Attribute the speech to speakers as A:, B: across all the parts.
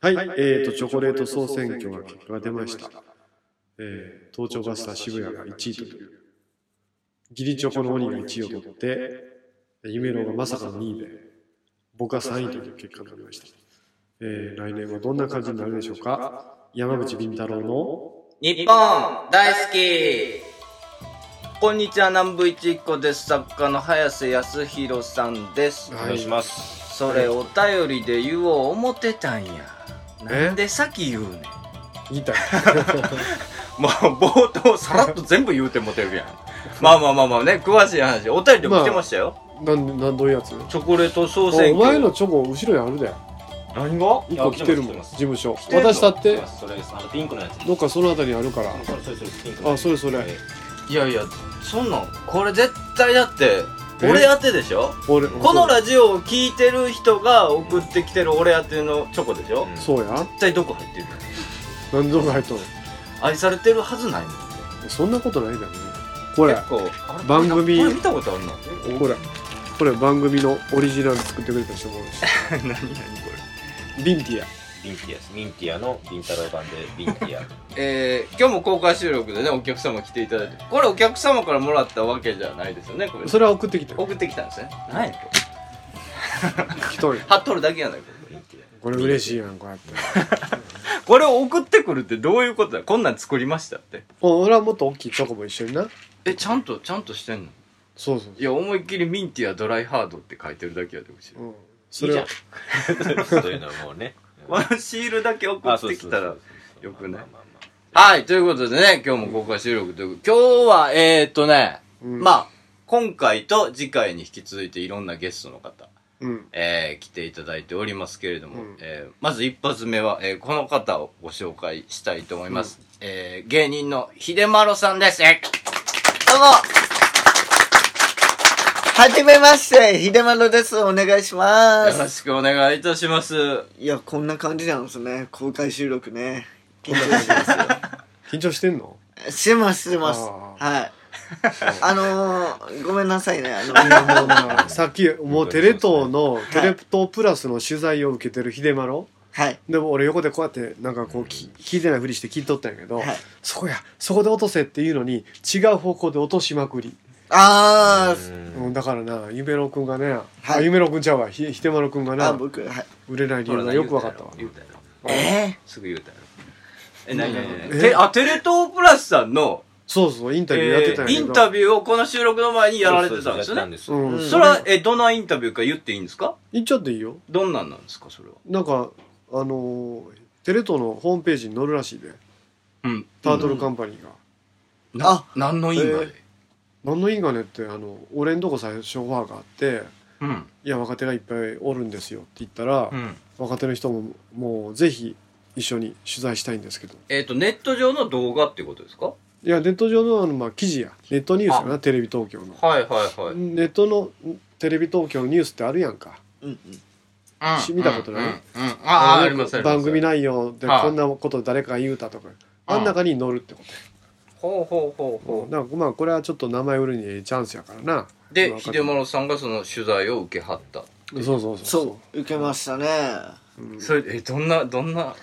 A: はい、えーと、チョコレート総選挙が結果が出ました。えー、東京バスター渋谷が1位という。ギリチョコの鬼が1位を取って、夢郎がまさかの2位で、僕は3位という結果になりました。えー、来年はどんな感じになるでしょうか山口敏太郎の
B: 日本大好きこんにちは南部一彦です作家の早瀬康弘さんです
A: はい
C: お願いします。
B: それお便りで言おう思ってたんや
A: え
B: なんで先言うねん
A: 言い たい。
B: まあ冒頭さらっと全部言うてもてるやん まあまあまあまあね詳しい話お便りでも来てましたよ、
A: なん、なんどういうやつ
B: チョコレート総選挙
A: お前のチョコ後ろにあるで。
B: 何が
A: 1個来てるもん、
C: あ
A: 事
C: 来
A: 務所。
C: 来てんの
A: 私だって、
C: それですあのピンクのやつ。
A: どっかそのあたりにあるから。
C: それそれそれピンクの
A: あ、
C: やつ。
A: それそれ。
B: いやいやそんなんこれ絶対だって
A: え
B: 俺当てでしょ
A: 俺、
B: このラジオを聞いてる人が送ってきてる俺宛てのチョコでしょ、
C: うん
A: そうや。
B: 絶対どこ入ってるの
A: なんでどこ入ったの
B: 愛されてるはずないもん
A: そんなことないだろうね。これ、
B: 結構あれ
A: 番組
B: これ見たことあるの
A: これ、これ番組のオリジナル作ってくれた人もい るし。
B: 何何こ
A: ビンティア。
C: ビンティアです。ミンティアのビンタロウ版でビンテ ィア。
B: れえー、今日も公開収録でねお客様来ていただいてこれお客様からもらったわけじゃないですよねこれ
A: それは送ってきたよ。
B: 送ってきたんですね何やこれ
A: 一人。
B: 貼っとるだけやないか
C: ビンティア。
A: これ嬉しいやん、こうやって。
B: これを送ってくるってどういうことだこんなん作りましたって
A: お 俺はもっと大きいチョコも一緒にな。
B: えちゃんとちゃんとしてんの
A: そうそう
B: いや思いっきりミンティアドライハードって書いてるだけやでうち
A: そう。うん。それは、
C: そういうのはもう ね。
B: ワンシールだけ送ってきたらよくない
C: まあまあ
B: はい、ということでね、今日も公開収録ということで、今日は、えーっとね、
A: うん
B: まあ、今回と次回に引き続いていろんなゲストの方、
A: うん。
B: えー来ていただいておりますけれども、
A: うん
B: えーまず一発目は、えーこの方をご紹介したいと思います。えー芸人の秀丸さんです。えーどうも
D: はじめまして、ひでまろです。お願いしま
B: よろ
D: す。
B: しくお願いいたします。
D: いや、こんな感じなんですね。公開収録ね。緊張
A: 緊張してんの
D: してます、してます。
A: あ
D: はい。あのー、ごめんなさいね。あの、
A: いやもう な、さっき、もうテレ東の、テレ東プラスの取材を受けてる秀丸
D: はい。
A: でも俺横でこうやってなんかこうき聞いてないふりして聞いとったんやけど、
D: はい
A: そこやそこで落とせっていうのに違う方向で落としまくり、
D: あ
C: う
D: ー、
C: ん
A: うん、だからな夢郎くんがね、
D: はい
A: あ夢郎くんちゃうわひひてまろくんが
D: あ、
A: な
D: 僕、はい。
A: 売れない理由がよく分かったわ
B: 言うたやろ
D: え
B: すぐ言うたやろ。 え、何何何
A: え
B: てあ、テレ東プラスさんの、
A: そうそうインタビューやってたんやけ
B: え
A: ど、
B: ーインタ
A: ビ
B: ビューをこの収録の前にやられてたんですよね。
C: そうそうやったん
A: うん
D: うん
A: そ
B: それは、え、どんなインタビューか言っていいんですか
A: 言っちゃっていいよ
B: どんなんなんですか、それは。
A: なんかあのーテレ東のホームページに載るらしいで
B: うん。
A: タートルカンパニーが、
B: な、何の因果で
A: 何の因果ねってあの俺んとこ最初オファーがあって
B: うん。
A: いや若手がいっぱいおるんですよって言ったら、
B: うん。
A: 若手の人ももうぜひ一緒に取材したいんですけど
B: えっと、ネット上の動画ってことですか
A: いやネット上のあの、まあ、記事やネットニュースかなテレビ東京の、
B: はいはいはい。
A: ネットのテレビ東京のニュースってあるやんか
D: うんうん。
A: し見たことない
B: うん。うんああ、ありますあります。
A: 番組内容で
B: はい
A: こんなこと誰かが言うたとかあん中に載るってこ
B: ほうほうほう
A: と、
B: ほ
A: なんかまあこれはちょっと名前売るにええチャンスやからな
B: う。で、
A: 若手
B: 秀丸さんがその取材を受けはった。
A: そうそうそう
D: そう、受けましたね。
B: それ、え、どんな、どんな、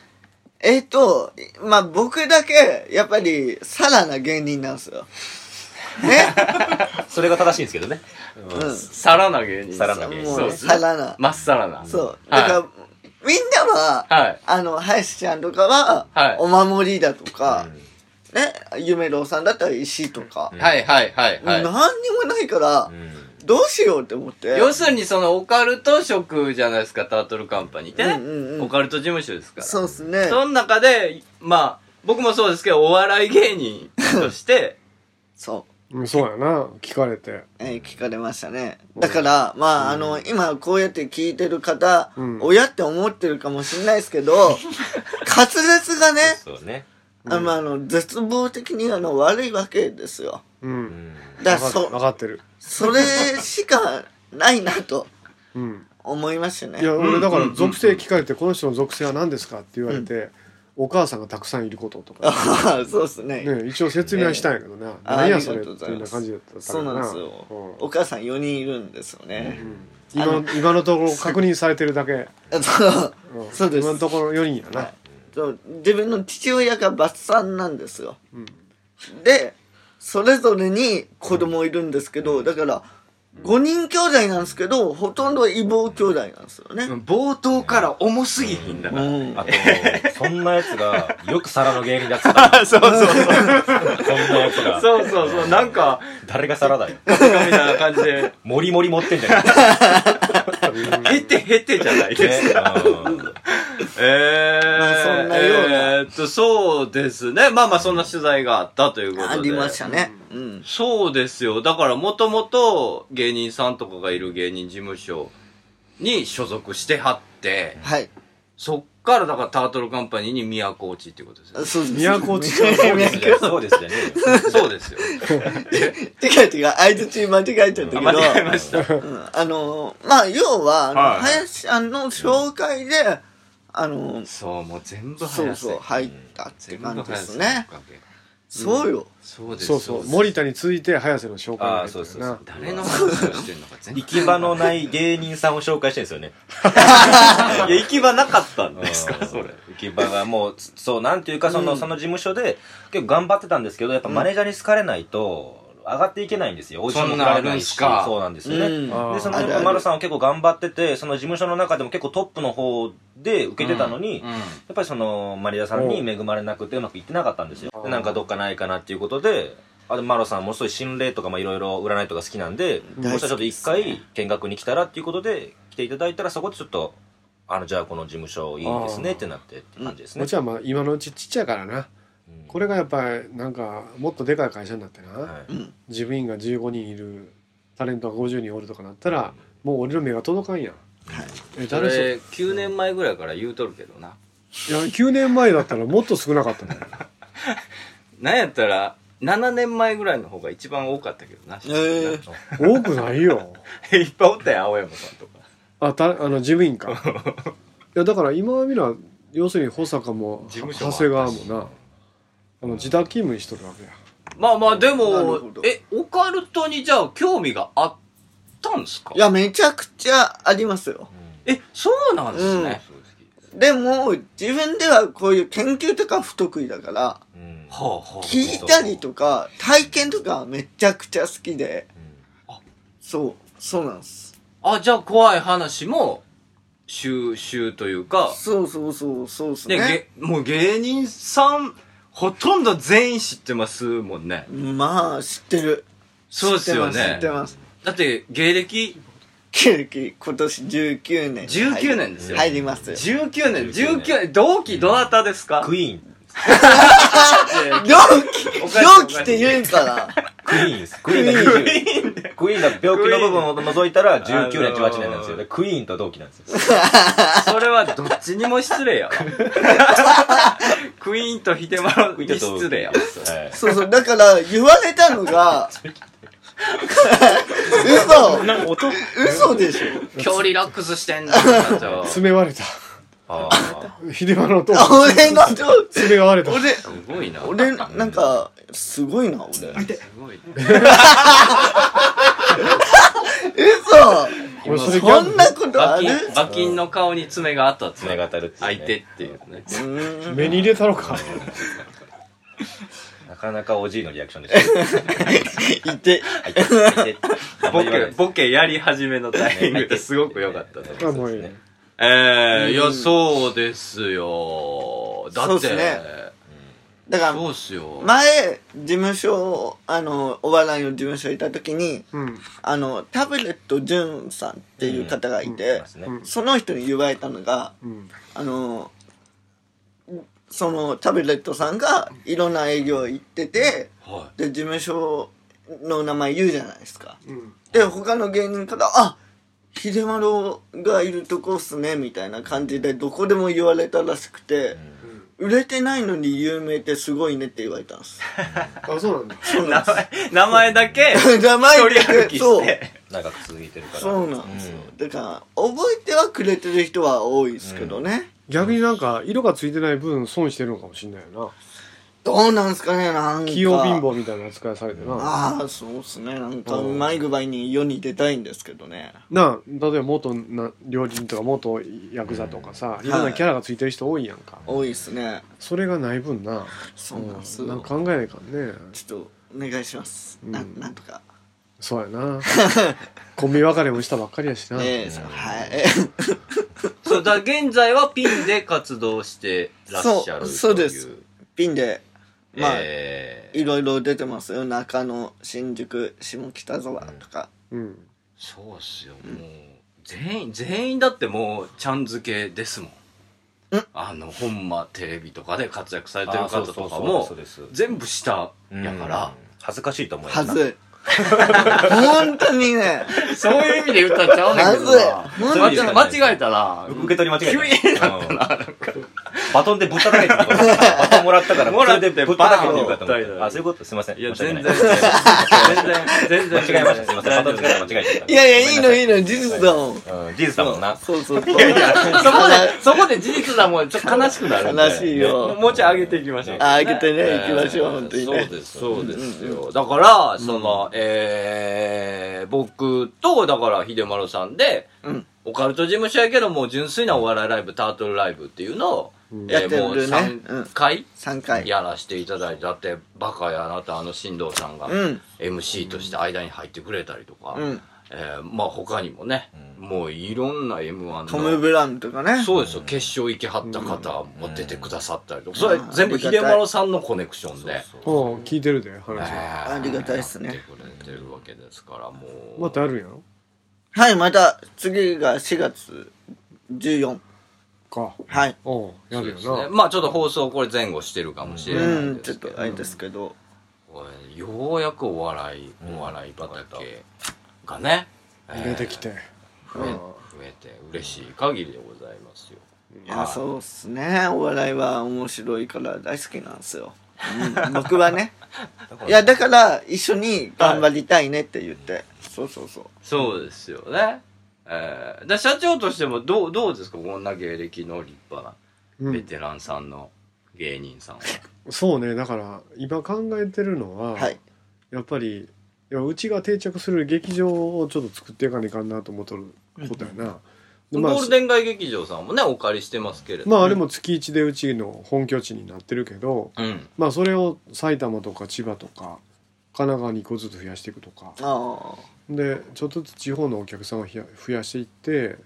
D: えっと、まあ、僕だけ、やっぱり、サラな芸人なんですよ。ね
C: それが正しいんですけどね。
D: うん。
B: さらな芸人。
C: さらな芸人
D: もう
B: そう
D: ね、
B: っすね
D: サラな。
B: まっさらな。
D: そう。
B: はい
D: だから、みんなは、
B: はい
D: あの、林ちゃんとかは、
B: はい
D: お守りだとか、
C: うん
D: ね、夢郎さんだったら石とか、
B: はいはいはいはい。
D: 何にもないから、
C: うん
D: どうしようって思って。
B: 要するにそのオカルト職じゃないですか、タートルカンパニーってね。
D: うんうんうん
B: オカルト事務所ですから。そ
D: そうですね。
B: の中で、まあ、僕もそうですけど、お笑い芸人と して、
D: そう。
A: うんそうやな聞かれて
D: えー聞かれましたね。だから、まあ、あの、今こうやって聞いてる方、
A: うん
D: 親って思ってるかもしれないですけど、滑舌がね、
C: そうね。
D: あの、あの絶望的にあの悪いわけですよ。
A: う
C: うんん
D: だ
A: 分
D: か
A: か
D: らそ
A: 分、かってる
D: それしかないなと
A: うん
D: 思いましたね。
A: いや
B: ん
A: 俺だか
B: う
A: ら
B: ん
A: 属性聞かれて「この人の属性は何ですか?」って言われて「お母さんがたくさんいること」とか、
D: あ あ、そうですね。
A: ね、一応説明はしたんやけどな「
D: あ
A: 何や
D: あり
A: そ
D: が
A: れ」っ
D: と
A: て
D: う
A: い
D: ご
A: うような
D: ざいます
A: 感じだった
D: そうなんですよ。お母さん4人いるんですよね。
A: 今の今のところ確認されてるだけ、
D: えっと
A: うん
D: そうです
A: 今のところ4人やな、
D: はいそう自分の父親がバッサンなんですよ
A: うん、
D: でそれぞれに子供いるんですけどだから5人兄弟なんですけどほとんど異母兄弟なんですよね、
B: 冒頭から重すぎひんだな。
D: うん
C: あと、そんなやつが、よく皿の芸人だったな。
B: そうそうそう。
C: そんなやつが。
B: そうそうそう。なんか、
C: 誰が皿だよ。
B: みたいな感じで、
C: もりもり持ってんじゃね
B: へてへてじゃ ない
C: えか
B: ですか。
C: ね。
B: え
D: ま
B: ー、
D: あそんなような
B: えーっと、そうですね。まあまあ、そんな取材があったということで。
D: ありましたねうん
B: そうですよ。だから、もともと芸人さんとかがいる芸人事務所に所属してはって、
D: はい
B: そっから、だから、タートルカンパニーに宮古落ちっていうことですよね。
D: そうです
A: 宮古落ちちゃう
C: うん
D: 宮古
C: そうですよね。
B: そうです よ。
D: 違う違う相槌間違えちゃったけど
B: あ間違えました。
D: うんあのーまあ要は、あの
B: はい
D: 林さんの紹介で、あのー
B: そう、もう全部
D: そう
B: 早瀬
D: そう入ったって
B: 全
D: 感
B: 部
D: じです
B: 早瀬
D: ね
B: のおかげ
D: そうよ、
B: そうです
A: そうそう森田に続いて早瀬の紹介
C: あ
A: が
C: あ、
A: 入った
C: そ
A: よ
C: う
A: な
C: そうそう。
B: 誰の話をしてんのか全 然
C: 行き場のない芸人さんを紹介してるんですよ ね。いや、行き場なかったんですか、それ。行き場がもう、そう、なんていうか、その、その事務所で、結構頑張ってたんですけど、やっぱマネージャーに好かれないと、上がっていけないんですよ。オーディションも受けられない
B: そ
C: し
B: んなあるんすか
C: そうなんです
D: う
C: よね。
D: ん、
A: あー
C: で、その、
D: あるある
C: 丸さんは結構頑張ってて、その事務所の中でも結構トップの方で受けてたのに、
B: うんうん
C: やっぱりその、マリアさんに恵まれなくてうまくいってなかったんですよ。でなんかどっかないかなっていうことで、あでマロさんもすごい心霊とかまあいろいろ占いとか好きなんで、
D: うん
C: もしかしたらちょっと一回見学に来たらっていうことで来ていただいたらそこでちょっと、あの、じゃあこの事務所いいですねってなってって感じですね
A: も。ちろんまあ今のうちちっちゃいからな
C: うん
A: これがやっぱりなんかもっとでかい会社になってな、
C: はい
A: 事務員が15人いるタレントが50人おるとかなったらもう俺の目が届かんやん、え
B: そ
A: 誰そ
B: れ9年前ぐらいから言うとるけどない
A: や9年前だったらもっと少なかったね
B: なんやったら7年前ぐらいの方が一番多かったけどな、
D: えー
A: 多くないよ
B: いっぱいおったよ青山さんとか
A: あた あの事務員かいやだから今はみな要するに保坂も
B: 事務所もあ
A: 長
B: ったし
A: 谷川もなあの自宅勤務しとるわけや
B: まあまあで
D: なる
B: も
D: ほど
B: えオカルトにじゃあ興味があったんですか
D: いやめちゃくちゃありますよ
B: えそうなんですね、
D: でも自分ではこういう研究とか不得意だから
C: うん
B: はあは
D: 聞いたりとか体験とかめちゃくちゃ好きでそうそうなんです
B: ああじゃあ怖い話も収集というか
D: そうそうそうそうです
B: ね
D: ね
B: げもう芸人さんほとんど全員知ってますもんね
D: まあ知ってる
B: そうですよ
D: 知っ
B: ね
D: てます
B: だって芸歴
D: 知ってます旧暦今年19年
B: 19年ですよ
D: 入りますよ
B: 19年
C: 19
B: 19年同期どなたですか
C: クイーン、
B: え
D: 料
B: おか
D: 期
B: しい
D: 料期って言うんかな
C: クイーンです。クイーンが20。クイーンが病気の部分を除いたら19年、18年なんですよ。でクイーンと同期なんですよ。
B: ーそれはどっちにも失礼やわクイーンとヒデマロに失礼やわ
C: はい
D: そうそうだから言われたのが嘘
C: なんか音
D: 嘘でしょ
B: 今日リラックスしてんだなじゃあす
A: 爪割れた
C: あ
A: 秀丸のと
D: あ俺の上
A: 爪が割れた
D: 俺
B: ごいな
D: 俺なんかすごいな俺
B: すごいな
D: 嘘
A: 俺それギ
D: そ
A: ャグ
D: んなことあ
B: 馬
D: る
B: 琴馬琴の顔に爪があった
C: 爪が当たるってい
B: 相
C: うね
B: 手っていうね
D: うーん
A: 目に入れたのか
C: あなかなかおじいのリアクションでしたね。
D: いて
C: はいはいあんま
B: ボ
C: り言わない
B: ケ
C: です
B: ボケやり始めのタイミング ですごく良かったと思う
A: あもういい
C: そうですね
B: ええい
D: う
B: や、そうですよ。
D: ん
B: だ
D: そう
B: っ
D: っす
B: て、
D: ねだから
B: そうっすよ。
D: 前事務所あのお笑いの事務所いた時に
A: うん
D: あのタブレットジュンさんっていう方がい
C: い
D: て
C: ま、すね
A: うん
D: その人に言われたのが
A: うん
D: あのそのタブレットさんがいろんな営業行ってて
B: は
D: で事務所の名前言うじゃないですか
A: うん
D: で他の芸人から「あ秀丸がいるとこっすね」みたいな感じでどこでも言われたらしくて売れてないのに有名ってすごいねって言われたんです
A: あそうなんだ
D: そう
B: い。
D: な
B: 名
D: んです
B: 前、名前だけ、
D: 名前
B: 一人歩き
D: そ
B: し
D: う
B: て。
C: 長く続いてるから。
D: そうなんですよ、だから覚えてはくれてる人は多いですけどね、
A: 逆になんか色がついてない分損してるのかもしれないよ
D: どうなんすかねなんか
A: 器用貧乏みたいな扱いされてな。
D: ああそうっすねなんかうまい具合に世に出たいんですけどね
A: なあ、例えば元な料理人とか元ヤクザとかさ、
D: ん
A: いろんなキャラがついてる人多いやんか。
D: 多いっすね
A: それがない分な、
D: そうなんす
A: うん
D: よ
A: なんか考えないからね。
D: ちょっとお願いします、
A: うん
D: ななんとか
A: そうや な。コンビ別れもしたばっかりやしな。
D: ねえさはい
B: そう、だから現在はピンで活動してらっしゃるという。
D: そうそうです。ピンでまあ、
B: えー
D: いろいろ出てますよ中野新宿下北沢とか、
A: うん。
B: そうっすよ、もう。全員、全員だってもう、ちゃん付けですもん。あの、本間テレビとかで活躍されてる方とかも
C: そう、ですそうです
B: 全部下
C: うん
B: やから、
C: 恥ずかしいと思いま
D: は
C: す
D: ずい本当にね
B: そういう意味で言ったらちゃうねんけど
D: ま
B: な。そ
C: ずい
B: れ間違え間違えたら、
C: 受け取り間違えた
B: 急になったな。
C: バトンでぶったたけてるとかバトンもらったから
B: もらって
C: それでぶったたけてるかと
B: バー
C: 思
B: ン
C: ったあそういうことすいません
B: いや、
C: 申し
B: 全
C: 訳ない
B: 然、全然、全然
C: 間違えましたすいませんバトン使った間違えちゃった
D: いやいやいいのいいの事実だもん
C: うん事実だもんな
D: そうそうそ う
B: そこで、そこで事実だもん、ちょっと悲しくなるんで。
D: 悲しいよ
B: もうちょい上げていきましょう。
D: あ上げてね
B: えー
D: 行きましょう本当にね
B: そうです、そうですよ。だから、その、えー、僕と、だから、秀丸さんで、
D: うん
B: オカルト事務所やけど、もう純粋なお笑いライブ、タートルライブっていうのを、
A: ん
B: え
D: やっ
B: ー
D: てるね
B: もう3回
D: 3回
B: やらせていただいて、だって、バカやあなた、あの進藤さんが、
D: うん
B: MC として間に入ってくれたりとか、
D: うん
B: えーまあ他にもね、もういろんな M1 の、
D: トム・ブラウンとかね
B: そうですよ、決勝行きはった方も出てくださったりとか、
D: ん
B: それ全部
D: ありがた
B: 秀
D: い
B: 丸さんのコネクションで、
A: うん、聞いてるで、話
B: え
A: は。
B: ー
D: ありがたいっすね
B: やってくれてるわけですから、もう。
A: またあるんやろ
D: はいまた次が4月14
A: か。
D: はい
A: うん、や
B: そ
A: る
B: うで
A: よ
B: すね
A: な。
B: まあちょっと放送これ前後してるかもしれな
D: う
B: い
D: ん
B: で
D: ちょっ
B: すけ
D: と
B: ど、
D: あれですけど
B: これようやくお笑い、お笑い畑がね、えー
A: 出てきて。
B: 増え増えて嬉しい限りでございますよ。
D: いやそうっすねお笑いは面白いから大好きなんですよ、うん、僕はねいやだから一緒に頑張りたいねって言って、そうそうそう
B: そうですよね。えー、で社長としてもどうどうですかこんな芸歴の立派
A: う
B: なベ
A: ん。
B: テランさんの芸人さんは。
A: そうね、だから、今考えてるのは、
D: はい
A: やっぱりいやうちが定着する劇場をちょっと作っていかないかんなと思っとることやな、でまあ
B: ゴールデン街劇場さんもねお借りしてますけれど。
A: まああれも月一でうちの本拠地になってるけど
B: うん。
A: まあそれを埼玉とか千葉とか神奈川に1個ずつ増やしていくとか
D: あ
A: でちょっとずつ地方のお客さんをひや増やしていって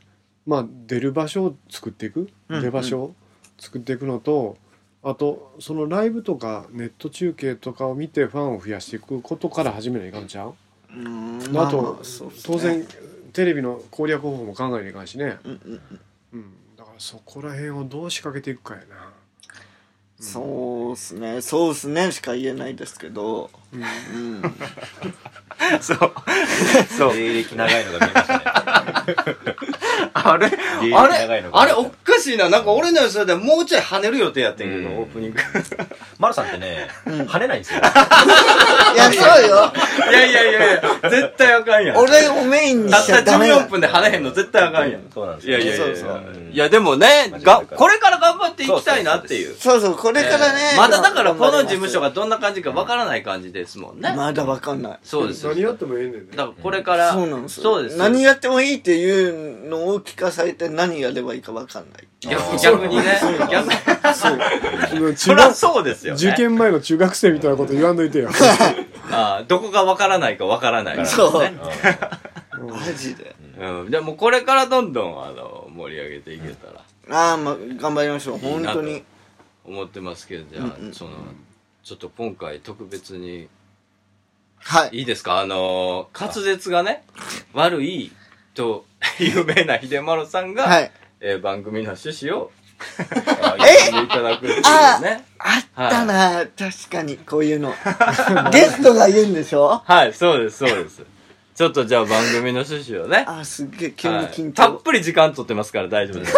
A: まあ出る場所を作っていく、
D: うん
A: 出場所を作っていくのとあとそのライブとかネット中継とかを見てファンを増やしていくことから始めないかんちゃう
D: あうん
A: あと、
D: ままそうっすね
A: 当然テレビの攻略方法も考えないかんしね、
D: うんうんうん
A: うん、だからそこら辺をどう仕掛けていくかやな、
D: そうっすねそうっすねしか言えないですけどうん、
B: そう。そう。
C: 芸歴長いのが見えましたね
B: あれ
C: 芸歴
B: あ
C: 長い
B: れ
C: のが
B: あれおかしいな。なんか俺の予想でもうちょい跳ねる予定やってんけど、
C: うん
B: オープニング。
C: マルさんってね跳ねないんですよ
D: いやそうよ
B: いやいやいやいや、絶対あかんやん。
D: 俺をメインに
B: た
D: し
B: っ
D: ちゃ
B: た
D: ダメだ
B: 14分で跳ねへんの絶対あかんやん。
C: そうなんです
B: いや
C: よ
B: いやいやい
D: そう
B: や
C: そう
B: いやでもね
C: 真面目だ
B: が
C: から
B: これから頑張っていきたいなっていう
D: そうそうこれからね、
B: まだだからこの事務所
D: が
B: がどんな感じかわからない感じですもんね
D: まだわかんない
B: そうですよ
A: 何やってもええねんね
B: だからこれから
D: そうなんですよ
B: そうです
D: 何やってもいいっていうのを聞かされて何やればいいかわかんない
B: 逆逆にね逆
A: うん
B: そ
A: 中
B: りゃ
A: 学
B: そうですよ
A: 受
B: ね
A: 験前の中学生みたいなこと言わんといてよ
B: ああどこがわからないかわからない
D: そう、
A: うん
D: マジで
B: うんでもこれからどんどんあの盛り上げていけたら
D: ああまあ頑張りましょう本当
B: いい
D: に
B: 思ってますけどじゃ
D: うんう
B: あ
D: ん
B: そのちょっと今回特別に
D: はい
B: いいですかあのー、滑舌がね、悪いと 有名な秀丸さんが、
D: はい
B: えー番組の趣旨 を、
D: え
B: いただくっていうね。
D: あったな、確かにこ ういうのゲストが言うんでしょ
B: はい、そうです、そうです。ちょっとじゃあ番組の趣旨をね。
D: あすっげえ急に
B: はい
D: 緊張、
B: たっぷり時間取ってますから大丈夫 です。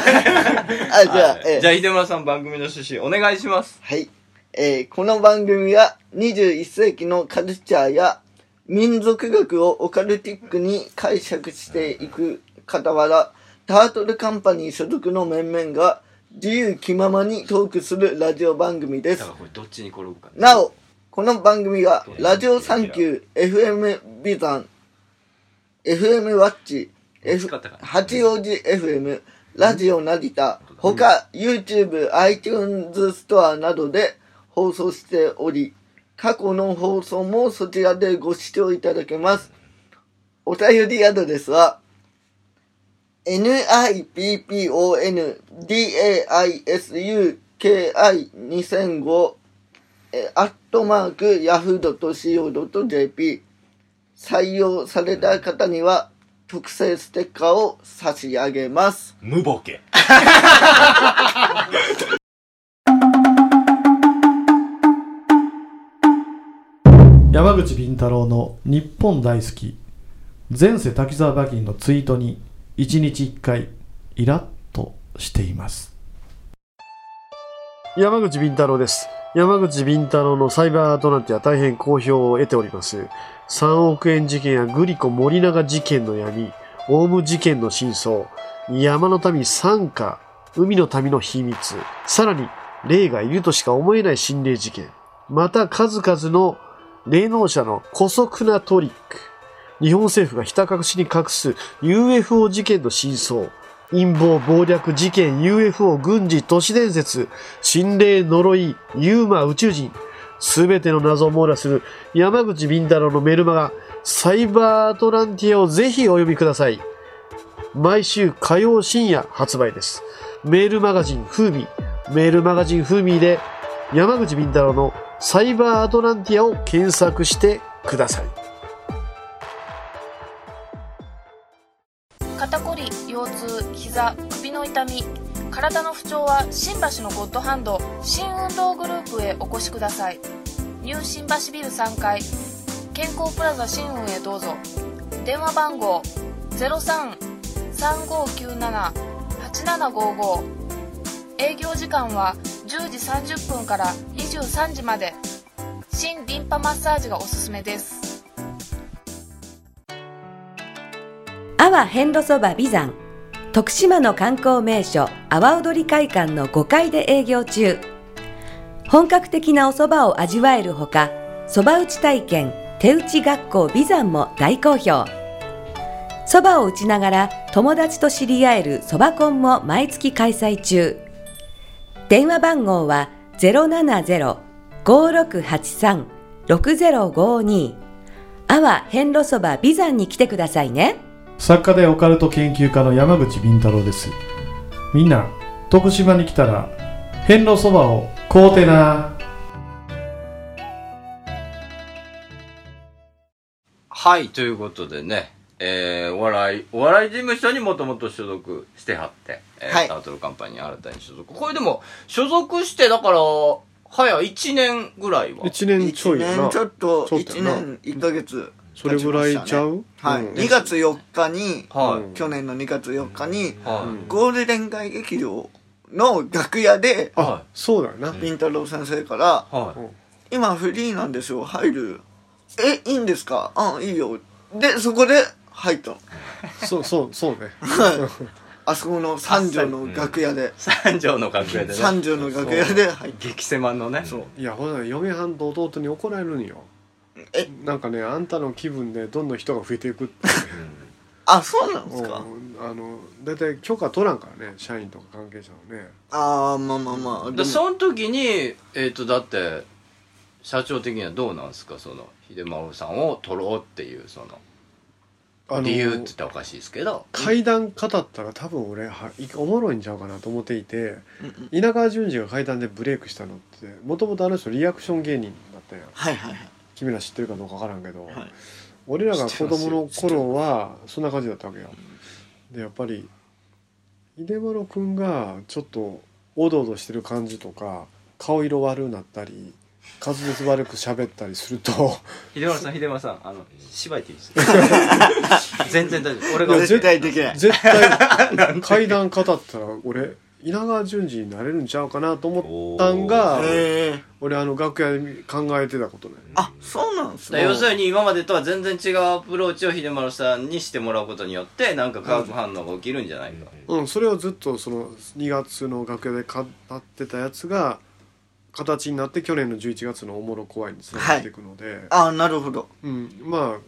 D: あじゃあ、
B: はい
D: え
B: じゃあ、秀丸さん番組の趣旨お願いします。
D: はい、えーこの番組は21世紀のカルチャーや民族学をオカルティックに解釈していく傍らタートルカンパニー所属の面々が自由気ままにトークするラジオ番組で
B: だ
D: す
B: からこれどっちに転ぶかね
D: なおこの番組はラジオサンキュー FM ビザン FM ワッチ F
B: 使ったかな
D: 八王子 FM ラジオ成田他 YouTube、iTunes ストアなどで放送しており過去の放送もそちらでご視聴いただけますお便りアドレスは nippondaisuki2005 えアットマークヤフー .co.jp 採用された方には特製ステッカーを差し上げます。
C: 無ボケ。
E: 山口敏太郎の日本大好き前世滝沢馬琴のツイートに1日1回イラッとしています
A: 山口敏太郎です。山口敏太郎のサイバーアトランティア大変好評を得ております。3億円事件やグリコ森永事件の闇、オウム事件の真相、山の民参加、海の民の秘密、さらに霊がいるとしか思えない心霊事件、また数々の霊能者の古速なトリック、日本政府がひた隠しに隠す UFO 事件の真相、陰謀暴略事件 UFO 軍事都市伝説、心霊、呪い、ユーマ、宇宙人、すべての謎を網羅する山口敏太郎のメルマガ、サイバーアトランティアをぜひお読みください。毎週火曜深夜発売です。メールマガジンフーミー、メールマガジンフーミーで山口敏太郎のサイバーアトランティアを検索してください。
F: 肩こり腰痛膝首の痛み体の不調は新橋のゴッドハンド新運動グループへお越しくださいニュー新橋ビル3階健康プラザ新運へどうぞ電話番号0335978755営業時間は10時30分から23時まで新リンパマッサージがおすすめです
G: 阿波遍路そば美山徳島の観光名所阿波踊り会館の5階で営業中本格的なお蕎麦を味わえるほか蕎麦打ち体験手打ち学校美山も大好評蕎麦を打ちながら友達と知り合える蕎麦コンも毎月開催中電話番号は070-5683-6052阿波遍路そば美山に来てくださいね
E: 作家でオカルト研究家の山口敏太郎ですみんな徳島に来たら遍路そばを買うてな
B: はい、ということでね、えー、お笑い、お笑い事務所にもともと所属してはって、えー
D: はい
B: タートルカンパニー新たに所属。これでも、所属して、だから、早1年ぐらいは。
A: 1年ちょ
D: 1
A: いや
D: 年
A: な
D: ちょっと、
A: ちょっと
D: 1
A: やな
D: 年1ヶ月。
A: それぐらいちゃう
D: はい。
A: うん
D: 2月4日に、
B: はい。
A: うん
D: 去年の2月4日に、
B: はい。
D: ゴールデン街劇場の楽屋で、
A: あそうだよな
D: りんたろう先生から、
B: はい。
D: 今フリーなんですよ、入る。え、いいんですかうん、いいよ。で、そこで入ったの。
A: そうそうそうね
D: あそこの三条の楽屋で、
B: 三条の楽屋でね。
D: 三条の楽屋で入っ
B: 激狭のね。そう。
A: いやほら嫁はんと弟に怒られるんよ
D: え
A: なんかねあんたの気分でどんどん人が増えていくって
D: あ、そうなんですか
A: うんあの大体許可取らんからね社員とか関係者のね
D: ああ、まあまあまあ。
B: で、
D: でも
B: その時に、えっ、と、だって、社長的にはどうなんですか、その、秀丸さんを取ろうっていう、その、
A: あの
B: 理由って言ったらおかしいですけど。
A: 階段語ったら多分俺はいおもろいんちゃうかなと思っていて稲川淳二が階段でブレイクしたのってもともとあの人リアクション芸人だったやん
D: はいはいはい。
A: 君ら知ってるかどうか分からんけど、
D: はい
A: 俺らが子供の頃はそんな感じだったわけよでやっぱり秀丸君がちょっとおどおどしてる感じとか顔色悪くなったり滑舌悪く喋ったりすると
B: 秀丸さん、秀丸さん、あの、芝居っていいです。全然大丈夫。俺
A: いや
B: が
A: 絶
D: 絶対できない。
A: 絶対階段語ったら俺稲川淳二になれるんちゃうかなと思ったん
C: お
A: が
D: へえ
A: 俺あの楽屋で考えてたことね
D: あそうなんす
B: だ
D: ね
B: から要するに今までとは全然違うアプローチを秀丸さんにしてもらうことによってなんか化学反応が起きるんじゃないか、
A: うん、それをずっとその2月の楽屋で語ってたやつが形になって去年の11月の「おもろ怖い」につながっていくので、
D: あなるほど
A: うん、まあ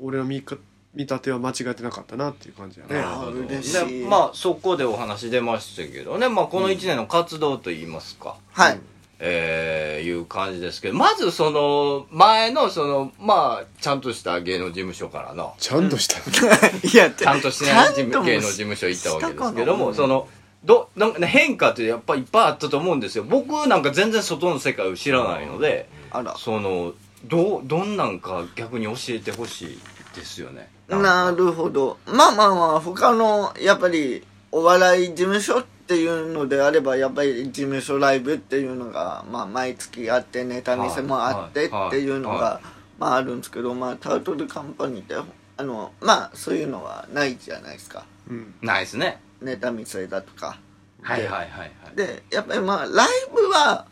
A: 俺の見か見立ては間違えてなかったなっていう感じやね
D: あー嬉しい
B: でまあそこでお話出ましたけどね、まあ、この1年の活動といいますか、
D: はい
B: えーいう感じですけどまずその前のそのまあちゃんとした芸能事務所から の
A: ちゃんとした、
D: いや
B: ちゃんとしない事
D: ちゃん
B: 務
D: とも
B: 芸能事務所行ったわけですけども
D: し
B: そ
D: たかな
B: のどなんかね変化ってやっぱりいっぱいあったと思うんですよ僕なんか全然外の世界を知らないので
D: あら
B: そのどうどんなんか逆に教えてほしいですよね
D: な
B: る
D: るほどまあまあまあ他のやっぱりお笑い事務所っていうのであればやっぱり事務所ライブっていうのが、まあ、毎月あってネタ見せもあって
B: はいはい
D: っていうのが、
B: は
D: まああるんですけどまあタートルカンパニーってあのまあそういうのはないじゃないですか
A: うん、
B: ないですね
D: ネタ見せだとか
B: はいはいはいはい
D: でやっぱりまあライブは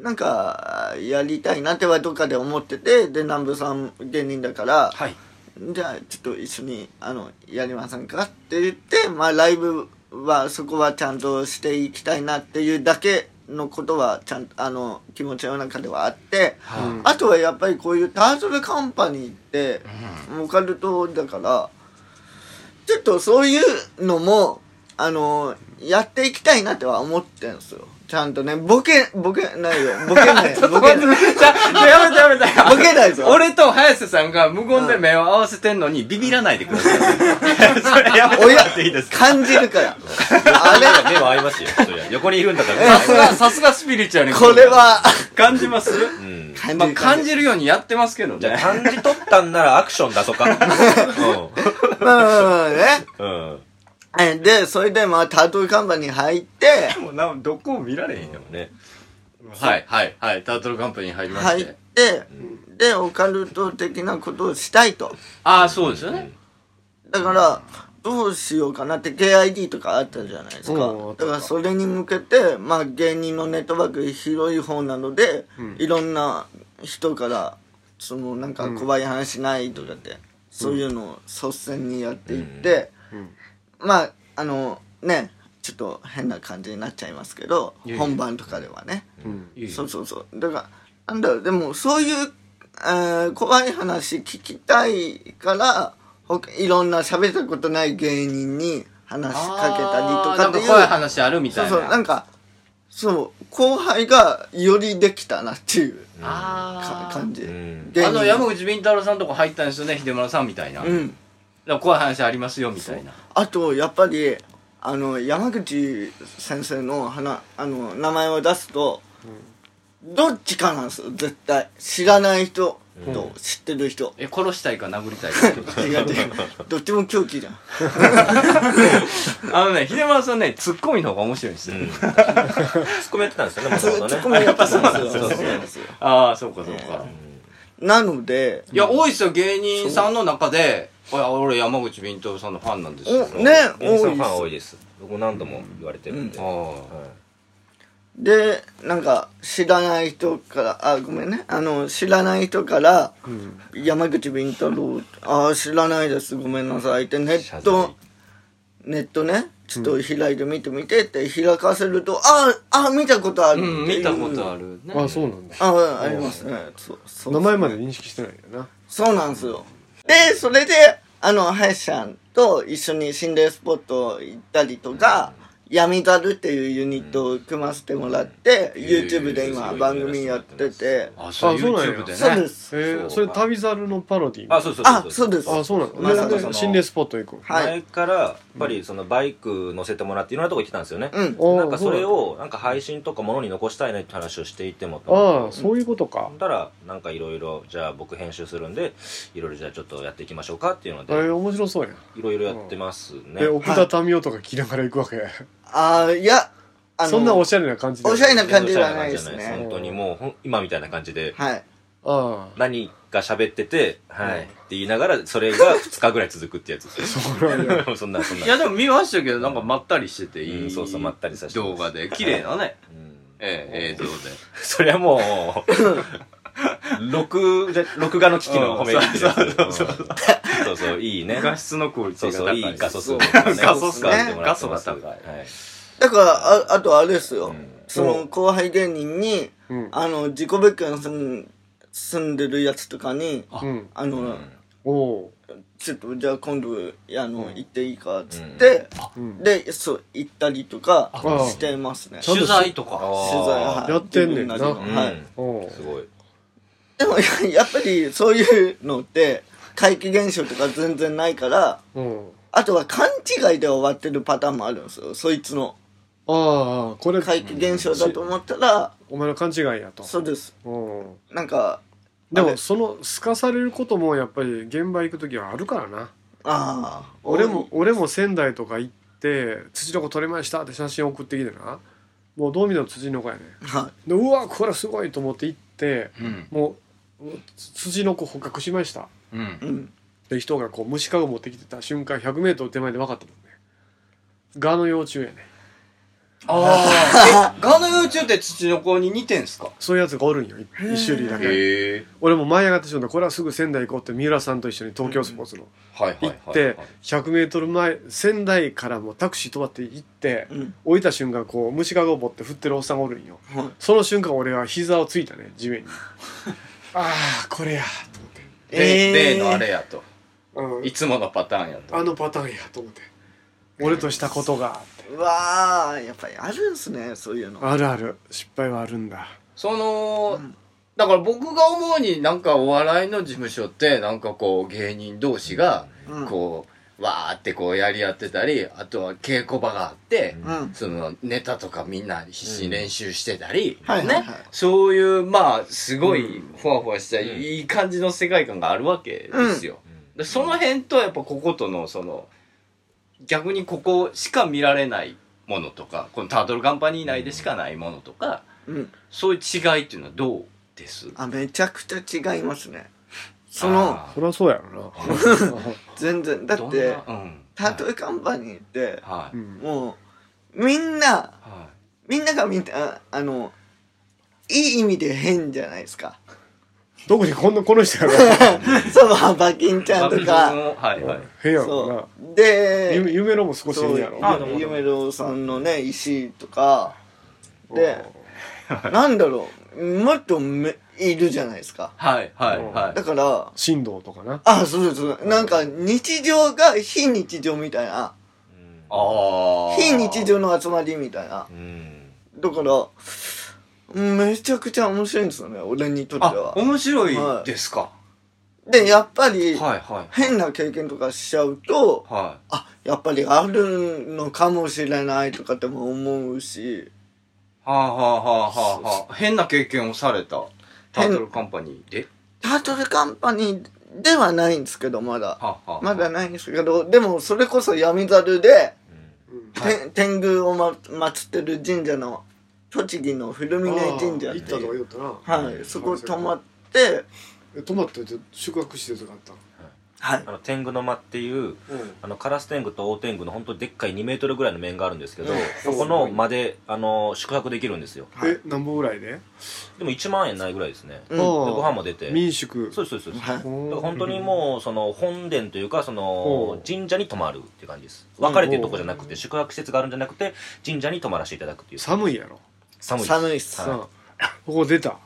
D: なんかやりたいなってはどっかで思っててで南部さん芸人だから、
B: はい
D: じゃあちょっと一緒にあのやりませんかって言って、まあ、ライブはそこはちゃんとしていきたいなっていうだけのことはちゃんあの気持ちの中ではあって、
B: は
D: あとはやっぱりこういうタートルカンパニーってオカルトだからちょっとそういうのもあのやっていきたいなっては思ってるんですよちゃんとねボケボケないよボケ ないボケない
B: じゃあやめてやめて
D: ボケな いぞ
B: 俺と早瀬さんが無言で目を合わせてんのにビビらないでくださいそれやめて
D: 親感じるからあれ
C: 目は合いますよそりゃ横にいるんだか
B: さ
C: ら
B: すがさすがスピリチュアルに
D: これは
B: 感じます
C: うん
D: 感
B: まあ感 じるようにやってますけど
C: じゃあ
B: ね
C: 感じ取ったんならアクション だとか
D: まあまあまあね
C: うんうん
D: え。で、それでまあタトゥーカンパニー入って、
B: もうなどこを見られへんよ
C: ね
B: はいはいはいタートルカンパニーに入りまし
D: 入ってて、で、オカルト的なことをしたいと。
B: ああそうですよね
D: だから、どうしようかなって KID とかあったじゃないです
A: うんあ
D: か
A: っ。た
D: だからそれに向けて、まあ芸人のネットワーク広い方なので、いろんな人から、そのなんか怖い話ないとかって、そういうのを率先にやっていって、まあ、あの、ね、ちょっと変な感じになっちゃいますけど、
B: いやいや
D: 本番とかではね。
A: うん、
D: そうそうそうだからなんだろうでもそういう、えー怖い話聞きたいからほかいろんな喋ったことない芸人に話しかけたりとか
B: あー
D: っ
B: な
D: て
B: ん
D: いう
B: か怖い話あるみた
D: そ
B: い
D: う
B: な
D: そうなんかそう後輩がよりできたなっていうか
B: あー
D: 感じ、
C: うん
D: 芸人
B: あの山口敏太郎さんとこ入ったんですよね秀村さんみたいな、
D: う
B: だか
D: ん
B: ら怖い話ありますよみたいな
D: あとやっぱりあの山口先生の話あの名前を出すと、どっちかなんですよ絶対知らない人と知ってる人、
B: え殺したいか殴りたいかとか
D: 違う違うどっちも狂気じゃん
B: あのね秀村さんねツッコミの方が面白いんですよ、
C: ツッコミやってたんですよねも
D: ツ
C: とも
D: ッコ
C: と
D: ミ
C: ね
D: やっぱそうなんです
C: そう
D: よ
C: そう
B: ああそうかそうか、
D: なので
B: いや多いですよ芸人さんの中でいや俺山口敏太郎さんのファンなんですよ
D: おね
C: 芸人さ
D: 多
C: んフ
D: いで
C: ァン
D: す
C: 多いです僕何度も言われてるんで
B: あ
C: はい
B: ー
D: でなんか知らない人からあごめんねあの知らない人から「山口敏太郎ああ知らないですごめんなさい」ってネットネットねちょっと開いて見てみてって開かせると「あああ見たことある」
B: うん見たことあるね
A: あそうなんだ
D: ああありますねそうそう
A: 名前まで認識してないんだよな
D: そうなんですよ。で、それで、あの、林さんと一緒に心霊スポット行ったりとか、闇ざるっていうユニットを組ませてもらって、YouTube で今番組やってて、
B: あそう
A: あそうなんや
B: YouTube でね
D: そうです。
A: えー、
C: そう
A: それ旅猿のパロディ
C: あそうそう
D: あ、そうです。
A: あそうなんだ、
D: まさか
A: で
D: そ
C: の
A: 心霊スポット行くん
D: はい。
C: 前からやっぱりそのバイク乗せてもらっていろんなとこ行ってたんですよね、
D: うん。
A: おー
C: なんかそれをなんか配信とかものに残したいねって話をしていても
A: ああそういうことか
C: そし、たらなんかいろいろじゃあ僕編集するんでいろいろじゃあちょっとやっていきましょうかっていうの
A: あれ
C: で
A: 面白そうやん、
C: いろいろやってますね
A: え奥田民生とか着ながら行くわけ、
D: あーいや、あの、
A: そんなおしゃれな感じで
D: おしゃれな
C: 全然
D: 感じじゃないです
C: おしゃれな感じじゃない
D: ね。
C: 本当にもうほん今みたいな感じで
D: はい。
A: ああ
C: 何か喋ってて、はい、って言いながら、それが2日ぐらい続くってやつですよ。
A: そうなんや
C: そんな、そんな。
B: いや、でも見ましたけど、なんかまったりしてて
C: う
B: いい。
C: んそうそうまったりさせてます
B: 動画で。綺麗なね。
C: うん
B: ええ、映 像で。
C: そりゃもう、録、じゃ録画の機器の褒めるってやつ。うんそうそう、いいね。
B: 画質のクオリテ
C: そう
B: ィが
C: そ
B: 高い。
C: う、いい画素
B: 画素数
C: 数。使ってもら
B: 画
C: って
B: 素
C: ま
B: が
C: す。
B: 高い。
C: はい。
D: だから、ああとあれですよ。
C: ん
D: その後輩芸人に、
A: うん
D: あの、自己物件住ん住んでるやつとかに、あ
A: うん
D: の、
A: おお
D: ちょっとじゃあ今度あの、行っていいかっつって、
A: うん
D: でそう行ったりとか
A: あ
D: してますね
A: ちゃん
D: 取
A: と
B: 取材とか。
D: 材
C: あ
D: はい
A: やってんねんな
D: 自分
A: う
C: ー
D: りのは
C: う
D: い
C: ん
A: おお
C: すごい。
D: でもや やっぱりそういうのって怪奇現象とか全然ないから
A: うん
D: あとは勘違いで終わってるパターンもあるんですよそいつの
A: ああこれ
D: 怪奇現象だと思ったら、
A: お前の勘違いやと
D: そうです
A: うん
D: なんか
A: でもそのすかされることもやっぱり現場行く時はあるからな
D: ああ
A: 俺も俺も仙台とか行って「土の子取れました」って写真送ってきてなもうどう見ても土の子やね
D: は
A: でうわこれすごいと思って行って
B: うん。
A: もう土の子捕獲しました
B: うん
D: い、。うん、
A: って人がこう虫かご持ってきてた瞬間 100m 手前で分かったもんねガの幼虫やね
B: ああ。え、ガの幼虫って土の子に似てんすか
A: そういうやつがおるんよい一種類だけ
B: へえ。
A: 俺も舞い上がってしまったこれはすぐ仙台行こうって三浦さんと一緒に東京スポーツの
B: はいはい
A: 行
B: はい。
A: って 100m 前仙台からもうタクシー止まって行って
D: うん
A: 降りた瞬間こう虫かごを持って振ってるおっさんがおるんよ
D: はい
A: その瞬間俺は膝をついたね地 面にああこれや
B: で
D: え
B: 例
D: ー
B: のあれやと。
A: と、うん
B: いつものパターンやと。
A: あのパターンやと思って俺としたことがって
D: うわあやっぱりあるんすねそういうの
A: あるある失敗はあるんだ
B: その、だから僕が思うになんかお笑いの事務所ってなんかこう芸人同士が
D: うん
B: こう、わーってこうやり合ってたりあとは稽古場があって、
D: うん
B: そのネタとかみんな必死に練習してたり、
D: はいはいはい
B: ね、そういうまあすごいふわふわしたいい感じの世界観があるわけですよ。でその辺とやっぱこことのその逆にここしか見られないものとかこのタートルカンパニー内でしかないものとか。
D: うん
B: そういう違いっていうのはどうです
D: あめちゃくちゃ違いますねその
B: あ
A: そりゃそうやろな
D: 全然だ
B: ー
D: っ
B: どん
D: て
B: なうん、
D: タトゥーカンパニーって
B: はい、
A: うん
D: もうみんな
B: は
D: みんながみんなあのいい意味で変じゃないですか
A: 特にこんなこの人やろ
D: そのバキンち
B: い、
D: ゃんと
B: バブ
D: か
B: ルのはいはい
A: 変やろ
D: そう
A: な
D: で
A: 夢夢のも少し
D: そ
A: 変
D: う
A: やろ
D: あゆめろうさんのね石とか
A: うん
D: でなんだろうもっとめいるじゃないですか
B: はいはいは
D: だから
A: 振動とかな
D: あそうですそうですなんか日常が非日常みたいない
B: ああ
D: 非日常の集まりみたいな
C: うん。
D: だからめちゃくちゃ面白いんですよね俺にとって
B: あ
D: は
B: 面白いですか、は
D: でやっぱ
B: い、
D: り
B: はいはい
D: 変な経験とかしちゃうと
B: は
D: あやっぱりあるのかもしれないとかっても思うし
B: あはあはあはあはあ変な経験をされたタートルカンパニーで
D: タートルカンパニーではないんですけどまだ
B: はあはあ
D: まだないんですけどでもそれこそ闇猿で、て
B: はい
D: 天狗を、ま、祀ってる神社の栃木の古
A: あ
D: 峰
A: ー
D: 神社っ
A: 行
D: て
A: ったとか
D: いう
A: 言ったな
D: はいそこ泊まって
A: え泊まってて宿泊施設があったの
D: はい
C: あの、天狗の間っていう、
A: うん
C: あの、カラス天狗と大天狗の本当にでっかい2メートルぐらいの面があるんですけど、
A: うん
C: そこの間で、あの、宿泊できるんですよ。
A: え何本ぐらいで
C: でも1万円ないぐらいですね。
D: う
C: で
D: ん
A: あー
C: ご飯も出て。
A: 民宿
C: そうです、そうです。
D: は
C: だ
D: い
C: から本当にもう、その、本殿というか、
A: ほ
C: その
A: う、
C: 神社に泊まるっていう感じです。別れてるとこじゃなくて、宿泊施設があるんじゃなくて、神社に泊まらせていただくっていう。
A: 寒いやろ
C: 寒いです。
D: 寒いっす、
C: はい
A: さあここ出た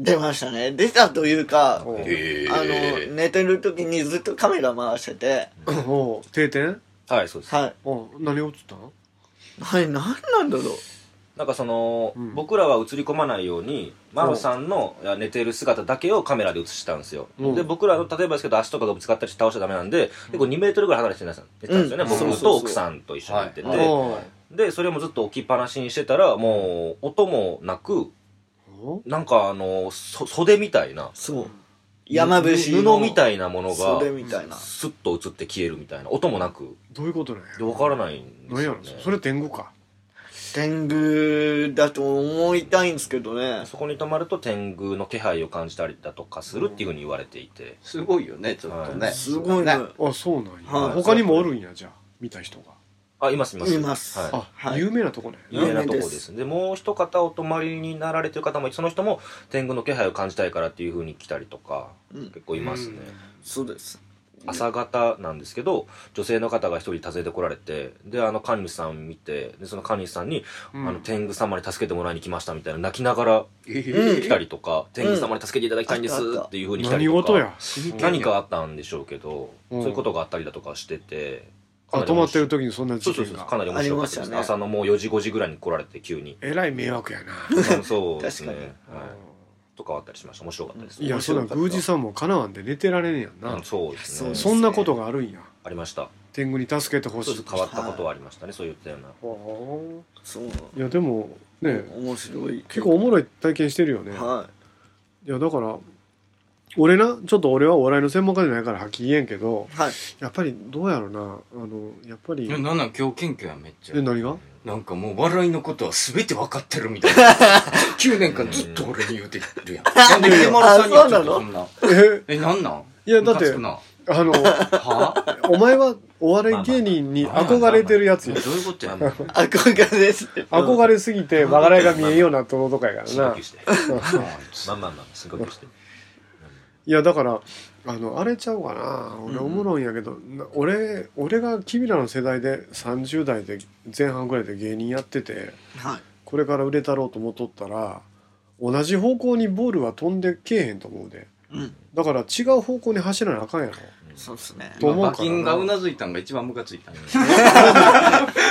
D: 出ましたね出たというか
A: おう
D: あの寝てる時にずっとカメラ回してて
A: おう定点
C: はい、そうです。
D: はい
A: おう何が映ったの
D: はい何なんだろう
C: なんかその、
A: うん
C: 僕らは映り込まないようにマロさんのいや寝てる姿だけをカメラで映したんですよ、
A: うん
C: で僕らの例えばですけど足とかがぶつかったりして倒しちゃダメなんで結構2メートルぐらい離れて寝てたんですよね、
D: うんそうそう
C: 僕
D: そう
C: と奥さんと一緒に寝てて、
B: はい
A: おう
C: でそれもずっと置きっぱなしにしてたらもう音もなく
A: おう
C: なんかあのそ袖みたいな
D: そう山伏
C: 布みたいなものが
D: 袖みたいな
C: スッと映って消えるみたいな音もなく
A: どういうことなんや
C: で分からないんで
A: 何
C: す
A: や
C: よ、
A: ろ
C: ね、
A: それ天狗か
D: 天狗だと思いたいんですけどね
C: そこに泊まると天狗の気配を感じたりだとかするっていうふうに言われていて、
B: すごいよね、ちょっと
C: は
B: ね。
D: すごいね
B: ね。
A: あそうなんや、
D: はい
A: 他にもおるんやじゃあ見た人が
C: あいますいます
D: います
C: はい
A: あ、
D: はい
A: 有名なとこね
C: 有名なところ
D: 有名
C: で
D: です
C: でもう一方お泊まりになられてる方もその人も天狗の気配を感じたいからっていうふうに来たりとか、
D: うん
C: 結構いますね、
D: そうです
C: 朝方なんですけど女性の方が一人訪ねてこられてであの神主さん見てでその神主さんに、
A: うん
C: あの天狗様に助けてもらいに来ましたみたいな泣きながら
A: ええ
D: うん
C: 来たりとか、天狗様に助けていただきたいんですっていうふうに来たり
A: 何
C: とか
A: 事や
C: 何かあったんでしょうけど、
A: うん
C: そういうことがあったりだとかしてて
A: あ泊まってる
C: と
A: 時にそんな
C: そ
A: 事
C: うそうそ
A: 件
C: う
A: が
C: かなり面白かったで
D: あ
C: す、
D: りましたね
C: 朝のもう4時5時ぐらいに来ら れて急に
A: えらい迷惑やな
C: うんそうですね、はいとかあったりしました面白かったです、
A: いやそんな宮司さんもかなわんで寝てられねえやんな、
C: うんそうです
D: そう
C: ね
D: です
A: そんなことがあるんや
C: ありました
A: 天狗に助けてほし
C: そう
A: い
C: です変わったことはありましたね、そういったような
A: ほ
D: そう
A: ういやでもね
D: 面白い
A: 結構おもろい体験してるよね、
D: はい
A: やだから俺なちょっと俺はお笑いの専門家じゃないからはっきり言えんけど
D: いはい
A: やっぱりどうやろなあのやっぱり
B: いや、なんなん今日研究やめっちゃ
A: え。何が
B: なんかもう笑いのことは全て分かってるみたい な。9年間ずっと俺に言うてるやん。なんで池丸さんにはちょっとそんな。
A: え
B: え、なんなん
A: いやだって
B: ムカつくなは
A: あの
B: ぁ
A: お前はお笑い芸人に憧れてるやつ
B: ど
A: や
B: ういうことやねん。
D: 憧れです
A: 憧れすぎて笑いが見えんようなとのとかやから
C: 深
A: な
C: 呼吸して
B: う
C: まあまあまあ深呼吸 して
A: いやだからあのあれちゃうかな俺おもろいんやけど、な俺俺が君らの世代で30代で前半ぐらいで芸人やってて
D: はい
A: これから売れたろうと思っとったら同じ方向にボールは飛んでけえへんと思うで
D: うん
A: だから違う方向に走らなあかんやろ
D: そうですね
A: と思うからな
B: 馬琴がうなずいたんが一番ムカついたんや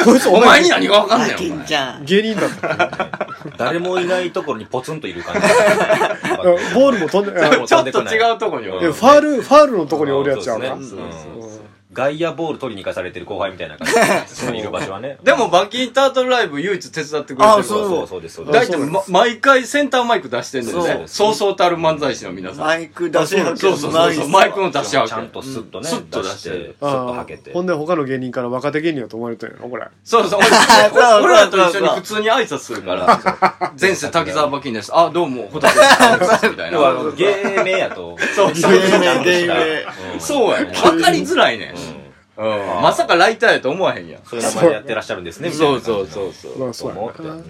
A: こいつ
B: お前に何が分かん
D: あ
B: ねん
D: き
B: お
D: ん
B: 前
D: ちゃん
A: 芸人だったっ
C: 誰もいないところにポツンといる感 じ
A: けボールも飛んでいや
C: そう
A: い
B: ちょっと違うとこにお
A: や
B: る
A: ファールファールのとこにおるやつやろな、
C: そうですね
A: うん
C: うん外野ボール取りに行かされてる後輩みたいな感じそこにいる場所はね
B: でも馬琴タートルライブ唯一手伝ってくれてる
D: あ
B: わ
D: そう
C: そうそうですそうで
B: 大
C: す
B: 体、ま、毎回センターマイク出してんのよ
C: そう
B: ねそうそうたる漫才師の皆さん
D: マイク出し
B: そうそうそうそうマイクの出し合
C: ちゃんとスッとね、
B: スッと出
C: 出
B: し
C: しててスッと
A: あ
C: は
A: あ
C: けて
A: ほんで他の芸人から若手芸人だと思われてるのこれ
B: そう そう、俺
D: そうそう
B: 俺らと一緒に普通に挨拶するから、前世滝沢馬琴です。あ、どうも、ホタテ です。みたい
C: 要はあの
B: な。
C: 芸名やと
B: そうそう
D: 芸名
C: ちゃんとした
D: 芸
C: うん
B: そうやね。わかりづらいね。うん。まさかライターやと思わへんやん。
C: そういう名前でやってらっしゃるんですねみたい
B: そ
C: な
B: うそう
C: 感じ
B: そうそ
A: ま
B: う。
A: あそう
C: と思って
A: やな
C: うん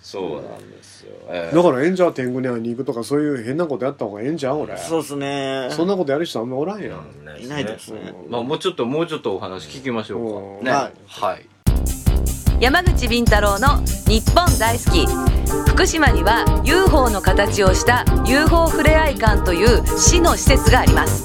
B: そうなんですよ。え
A: だから演者は天狗に会いに行くとかそういう変なことやった方がええんじゃん俺
D: そうですね
A: そんなことやる人あんまおらんやん
C: うん
D: いないですね
B: えまあもうちょっと、もうちょっとお話聞きましょうか。
D: は
B: ね。はい。
G: 山口敏太郎の日本大好き福島には UFO の形をした UFO ふれあい館という市の施設があります